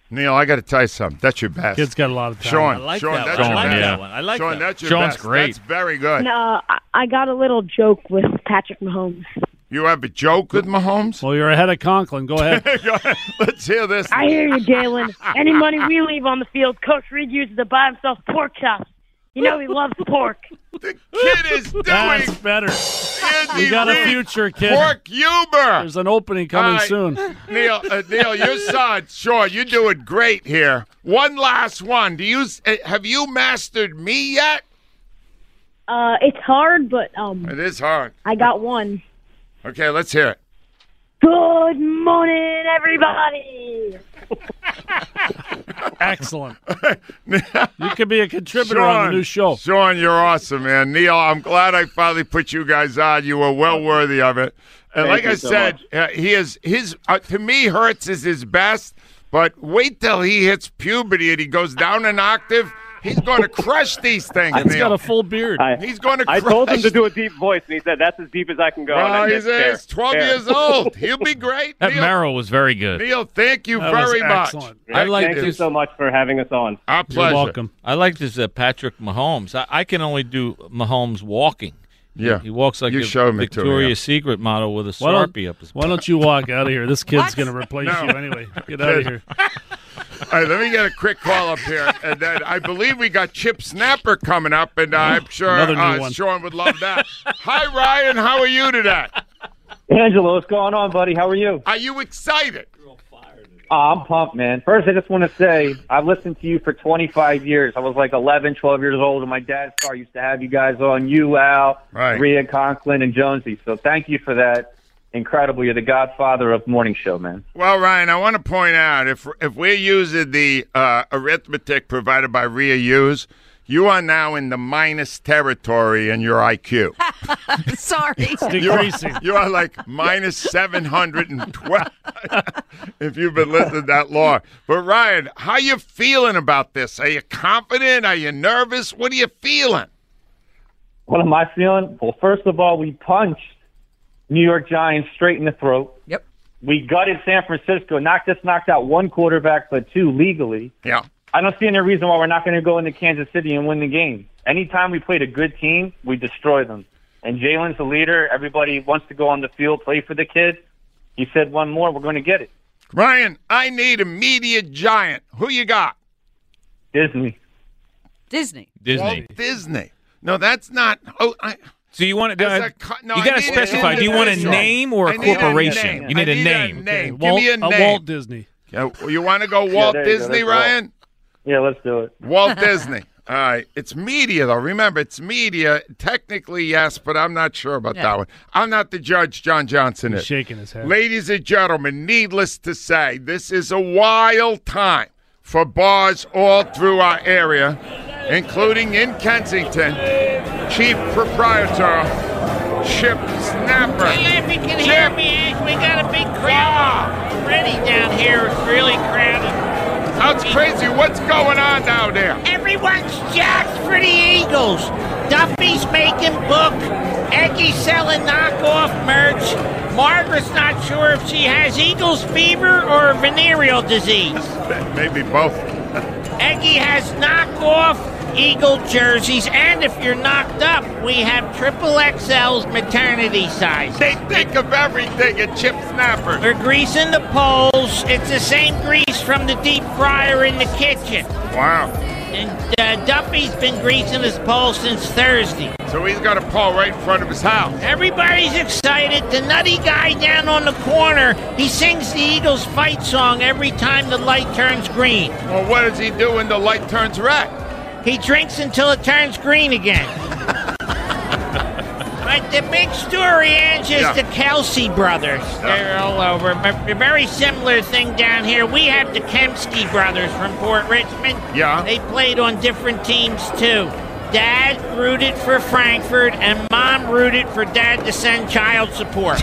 B: Neil, I got to tell you something. That's your best.
A: Kid's got a lot of talent.
B: Sean,
A: I like
B: Sean,
A: that
B: that's
A: one.
B: your
A: I like
B: best.
A: that one. I like
B: Sean,
A: that
B: that's your
A: Sean's
B: best.
A: great.
B: That's very good.
P: No, I, I got a little joke with Patrick Mahomes.
B: You have a joke with Mahomes?
A: Well, you're ahead of Conklin. Go
B: *laughs*
A: ahead.
B: Go ahead. Let's hear this.
P: I hear you,
B: *laughs*
P: Galen. Any money we leave on the field, Coach Reed uses to buy himself pork chops. You know he loves pork.
B: *laughs* Kid is doing
A: That's better.
B: Andy
A: You got a
B: Reid,
A: future, kid.
B: Pork Uber. There's
A: an opening coming
B: All right.
A: soon.
B: *laughs* Neil, uh, Neil, your son, sure, you're doing great here. One last one. Do you s- uh, have you mastered me yet?
P: Uh, it's hard, but um,
B: It is hard.
P: I got one.
B: Okay, let's hear it.
P: Good morning, everybody.
B: *laughs*
A: Excellent. you could be a contributor on the new
B: show. Sean, you're awesome, man. Neil, I'm glad I finally put you guys on. You were well worthy of it. And
N: Thank
B: like
N: you
B: I
N: so
B: said, uh, he is his uh, to me Hertz is his best, but wait till he hits puberty and he goes down an octave. He's going to crush these things.
A: He's
B: Neil.
A: got a full beard.
B: I- He's going to
A: I
B: crush
A: told him to
B: do
O: a deep voice, and he said, "That's as deep as I can go." and
B: Well,
O: I
B: he's,
O: said, "Fair,
B: he's 12
O: fair."
B: years old.
O: *laughs*
B: He'll be great.
E: That
B: Neil,
E: Merrill was very good.
B: Neil, thank you very much.
O: I like Thank you
B: this.
O: so much for having us on.
B: Our
O: pleasure. welcome.
G: I like this uh, Patrick Mahomes. I, I can only do Mahomes walking. He-
A: Yeah.
G: he, walks like
A: You
G: a
A: showed me to, yeah.
G: Victoria's Secret model with a
A: Why don't-
G: sharpie up his.
A: Why don't you walk out of here? This kid's going to replace
B: No.
A: you anyway. Get out of here.
B: All right, let me get a quick call up here, and then I believe we got Chip Snapper coming up, and I'm sure
O: Another new
B: uh,
O: one.
B: Sean would love that. Hi, Ryan. How are you today?
Q: Angelo, what's going on, buddy? How are you?
B: Are you excited?
Q: Oh, I'm pumped, man. First, I just want to say I've listened to you for 25 years. I was like 11, 12 years old in my dad's car. Used to have you guys on, you, Al,
B: Right.
Q: Rhea, Conklin, and Jonesy. So thank you for that. Incredible. You're the godfather of morning show, man.
B: Well, Ryan, I want to point out if if we're using the uh, arithmetic provided by Rhea Hughes, you are now in the minus territory in your IQ.
C: Sorry.
B: You are, you are like minus 712 *laughs* if you've been listening that long. But Ryan, how you feeling about this? Are you confident? Are you nervous? What are you feeling?
Q: What am I feeling? Well, first of all, we punched New York Giants straight in the throat.
C: Yep.
Q: We gutted San Francisco, not just knocked out one quarterback, but two legally.
B: Yeah.
Q: I don't see any reason why we're not going to go into Kansas City and win the game. Anytime we played a good team, we destroy them. And Jalen's the leader. Everybody wants to go on the field, play for the kid. He said one more, we're going to get it.
B: Ryan, I need a media giant. Who you got?
Q: Disney.
C: Disney.
E: Disney.
B: Walt Disney. No, that's not. Oh, I,
E: So you want to? uh,
B: As a co- no,
E: you
B: I
E: got to
B: need an
E: specify. Do you want a
B: individual.
E: name or
B: I
E: a
B: need a
E: corporation?
B: name.
E: You need
B: I
E: a name.
B: name.
A: Walt-
B: Give me a
A: a
B: name.
A: Walt Disney.
B: Yeah, you want to go Walt
Q: there you go.
B: Disney,
Q: That's Walt.
B: Ryan?
Q: Yeah, let's do it. *laughs*
B: Walt Disney. All right. It's media, though. Remember, it's media. Technically, yes, but I'm not sure about
A: Yeah.
B: that one. I'm not the judge, John Johnson is.
A: shaking his head.
B: Ladies and gentlemen, needless to say, this is a wild time for bars all through our area, including in Kensington. Chief proprietor, Chip Snapper.
J: you
B: can hear
J: me, we got a big crowd already down here. It's really crowded.
B: That's crazy. What's going on down there?
J: Everyone's jacked for the Eagles. Duffy's making book. Eggie's selling knockoff merch. Margaret's not sure if she has Eagles fever or venereal disease.
B: Maybe both.
J: Eggie has knockoff Eagle jerseys, and if you're knocked up, we have triple XL's maternity size.
B: They think of everything at Chip Snapper.
J: We're greasing the poles. It's the same grease from the deep fryer in the kitchen.
B: Wow.
J: And uh, Duffy's been greasing his poles since Thursday.
B: So he's got a pole right in front of his house.
J: Everybody's excited. The nutty guy down on the corner, he sings the Eagles fight song every time the light turns green.
B: Well, what does he do when the light turns red?
J: He drinks until it turns green
B: *laughs*
J: again. but the big story, Ange, is
B: Yeah.
J: the Kelsey brothers. They're all over. But a very similar thing down here. We have the Kemsky brothers from Port Richmond.
B: Yeah.
J: They played on different teams, too. Dad rooted for Frankfurt, and Mom rooted for Dad to send child
B: *laughs*
J: support.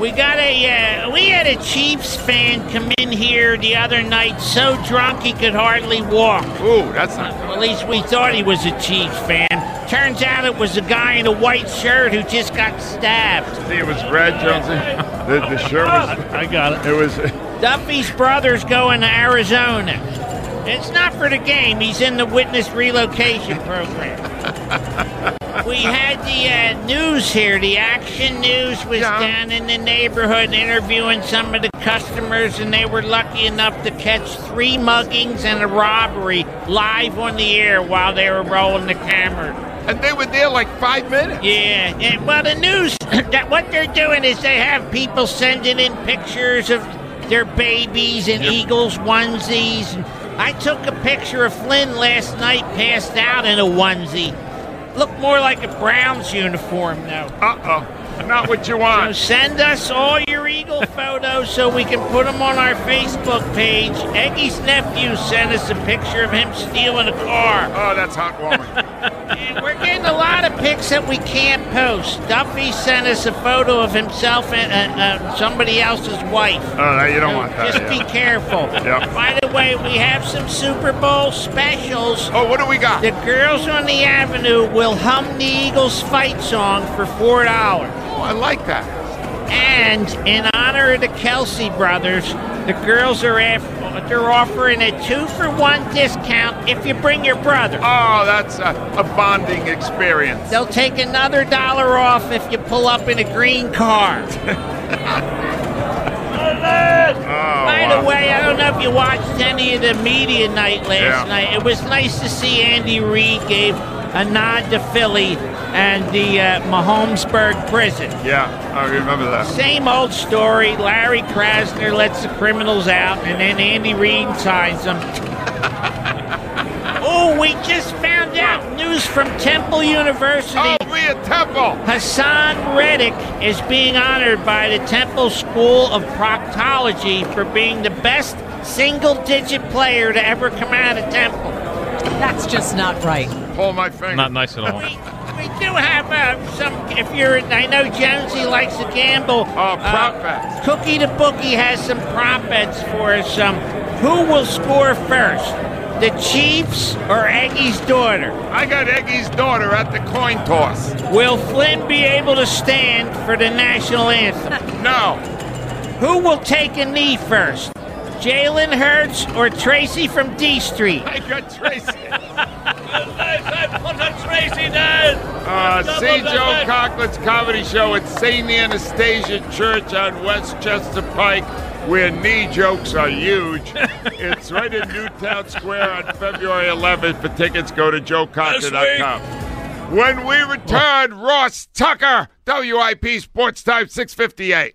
J: We got a uh, we had a Chiefs fan come in here the other night so drunk he could hardly walk.
B: Ooh, that's not.
J: Well, at least we thought he was a Chiefs fan. Turns out it was a guy in a white shirt who just got stabbed. *laughs*
B: See, it was Brad Johnson. The, the shirt was.
A: *laughs* I got it.
B: It was.
J: Duffy's brother's going to Arizona. It's not for the game. He's in the witness relocation program. we had the uh, news here. The Action News was down in the neighborhood interviewing some of the customers, and they were lucky enough to catch three muggings and a robbery live on the air while they were rolling the camera. And they were there like five minutes. Yeah. yeah. Well, the news *clears throat* that what they're doing is they have people sending in pictures of their babies and Eagles onesies. And I took a picture of Flynn last night, passed out in a onesie. Looked more like a Browns uniform, though. Uh oh. Not what you want. So send us all your *laughs* Eagle photos so we can put them on our Facebook page. Eggy's nephew sent us a picture of him stealing a car. Oh, that's *laughs* heartwarming. and we're getting a lot of pics that we can't post. Duffy sent us a photo of himself and uh, uh, somebody else's wife.
B: Oh, no, you don't want that.
J: Just be
B: yeah.
J: careful.
B: Yep.
J: By the way, we have some Super Bowl specials. Oh, what do we got? The girls on the avenue will hum the Eagles fight song for four dollars. Oh, I like that. And in honor of the Kelsey brothers, the girls are af- they're offering a two for one discount if you bring your brother.
B: Oh, that's a, a bonding experience.
J: They'll take another dollar off if you pull up in a green *laughs* car. By the way, I don't know if you watched any of the media night last
B: Yeah.
J: night. It was nice to see Andy Reid gave a nod to Philly and the uh, Mahomesburg prison.
B: Yeah, I remember that.
J: Same old story. Larry Krasner lets the criminals out, and then Andy Reid signs them. oh, we just found out news from Temple University. Oh, we at Temple. Hassan Reddick is being honored by the Temple School of Proctology for being the best single-digit player to ever come out of Temple. That's just not right.
B: Pull my finger.
E: Not nice at all.
J: We do have uh, some. If you're, I know Jonesy likes to gamble. Oh, prop bets. Cookie the bookie has some prop bets for us. Um, who will score first, the Chiefs or Eggie's daughter? I got Eggie's daughter at the coin toss. Will Flynn be able to stand for the national anthem? *laughs* no. Who will take a knee first, Jalen Hurts or Tracy from D Street? I got Tracy.
B: Uh, see Joe Cocklett's comedy show at St. Anastasia Church on Westchester Pike, where knee jokes are huge. it's right in Newtown Square on February 11th. For tickets, go to joecocker.com. When we return, Ross Tucker, WIP Sports Time 658.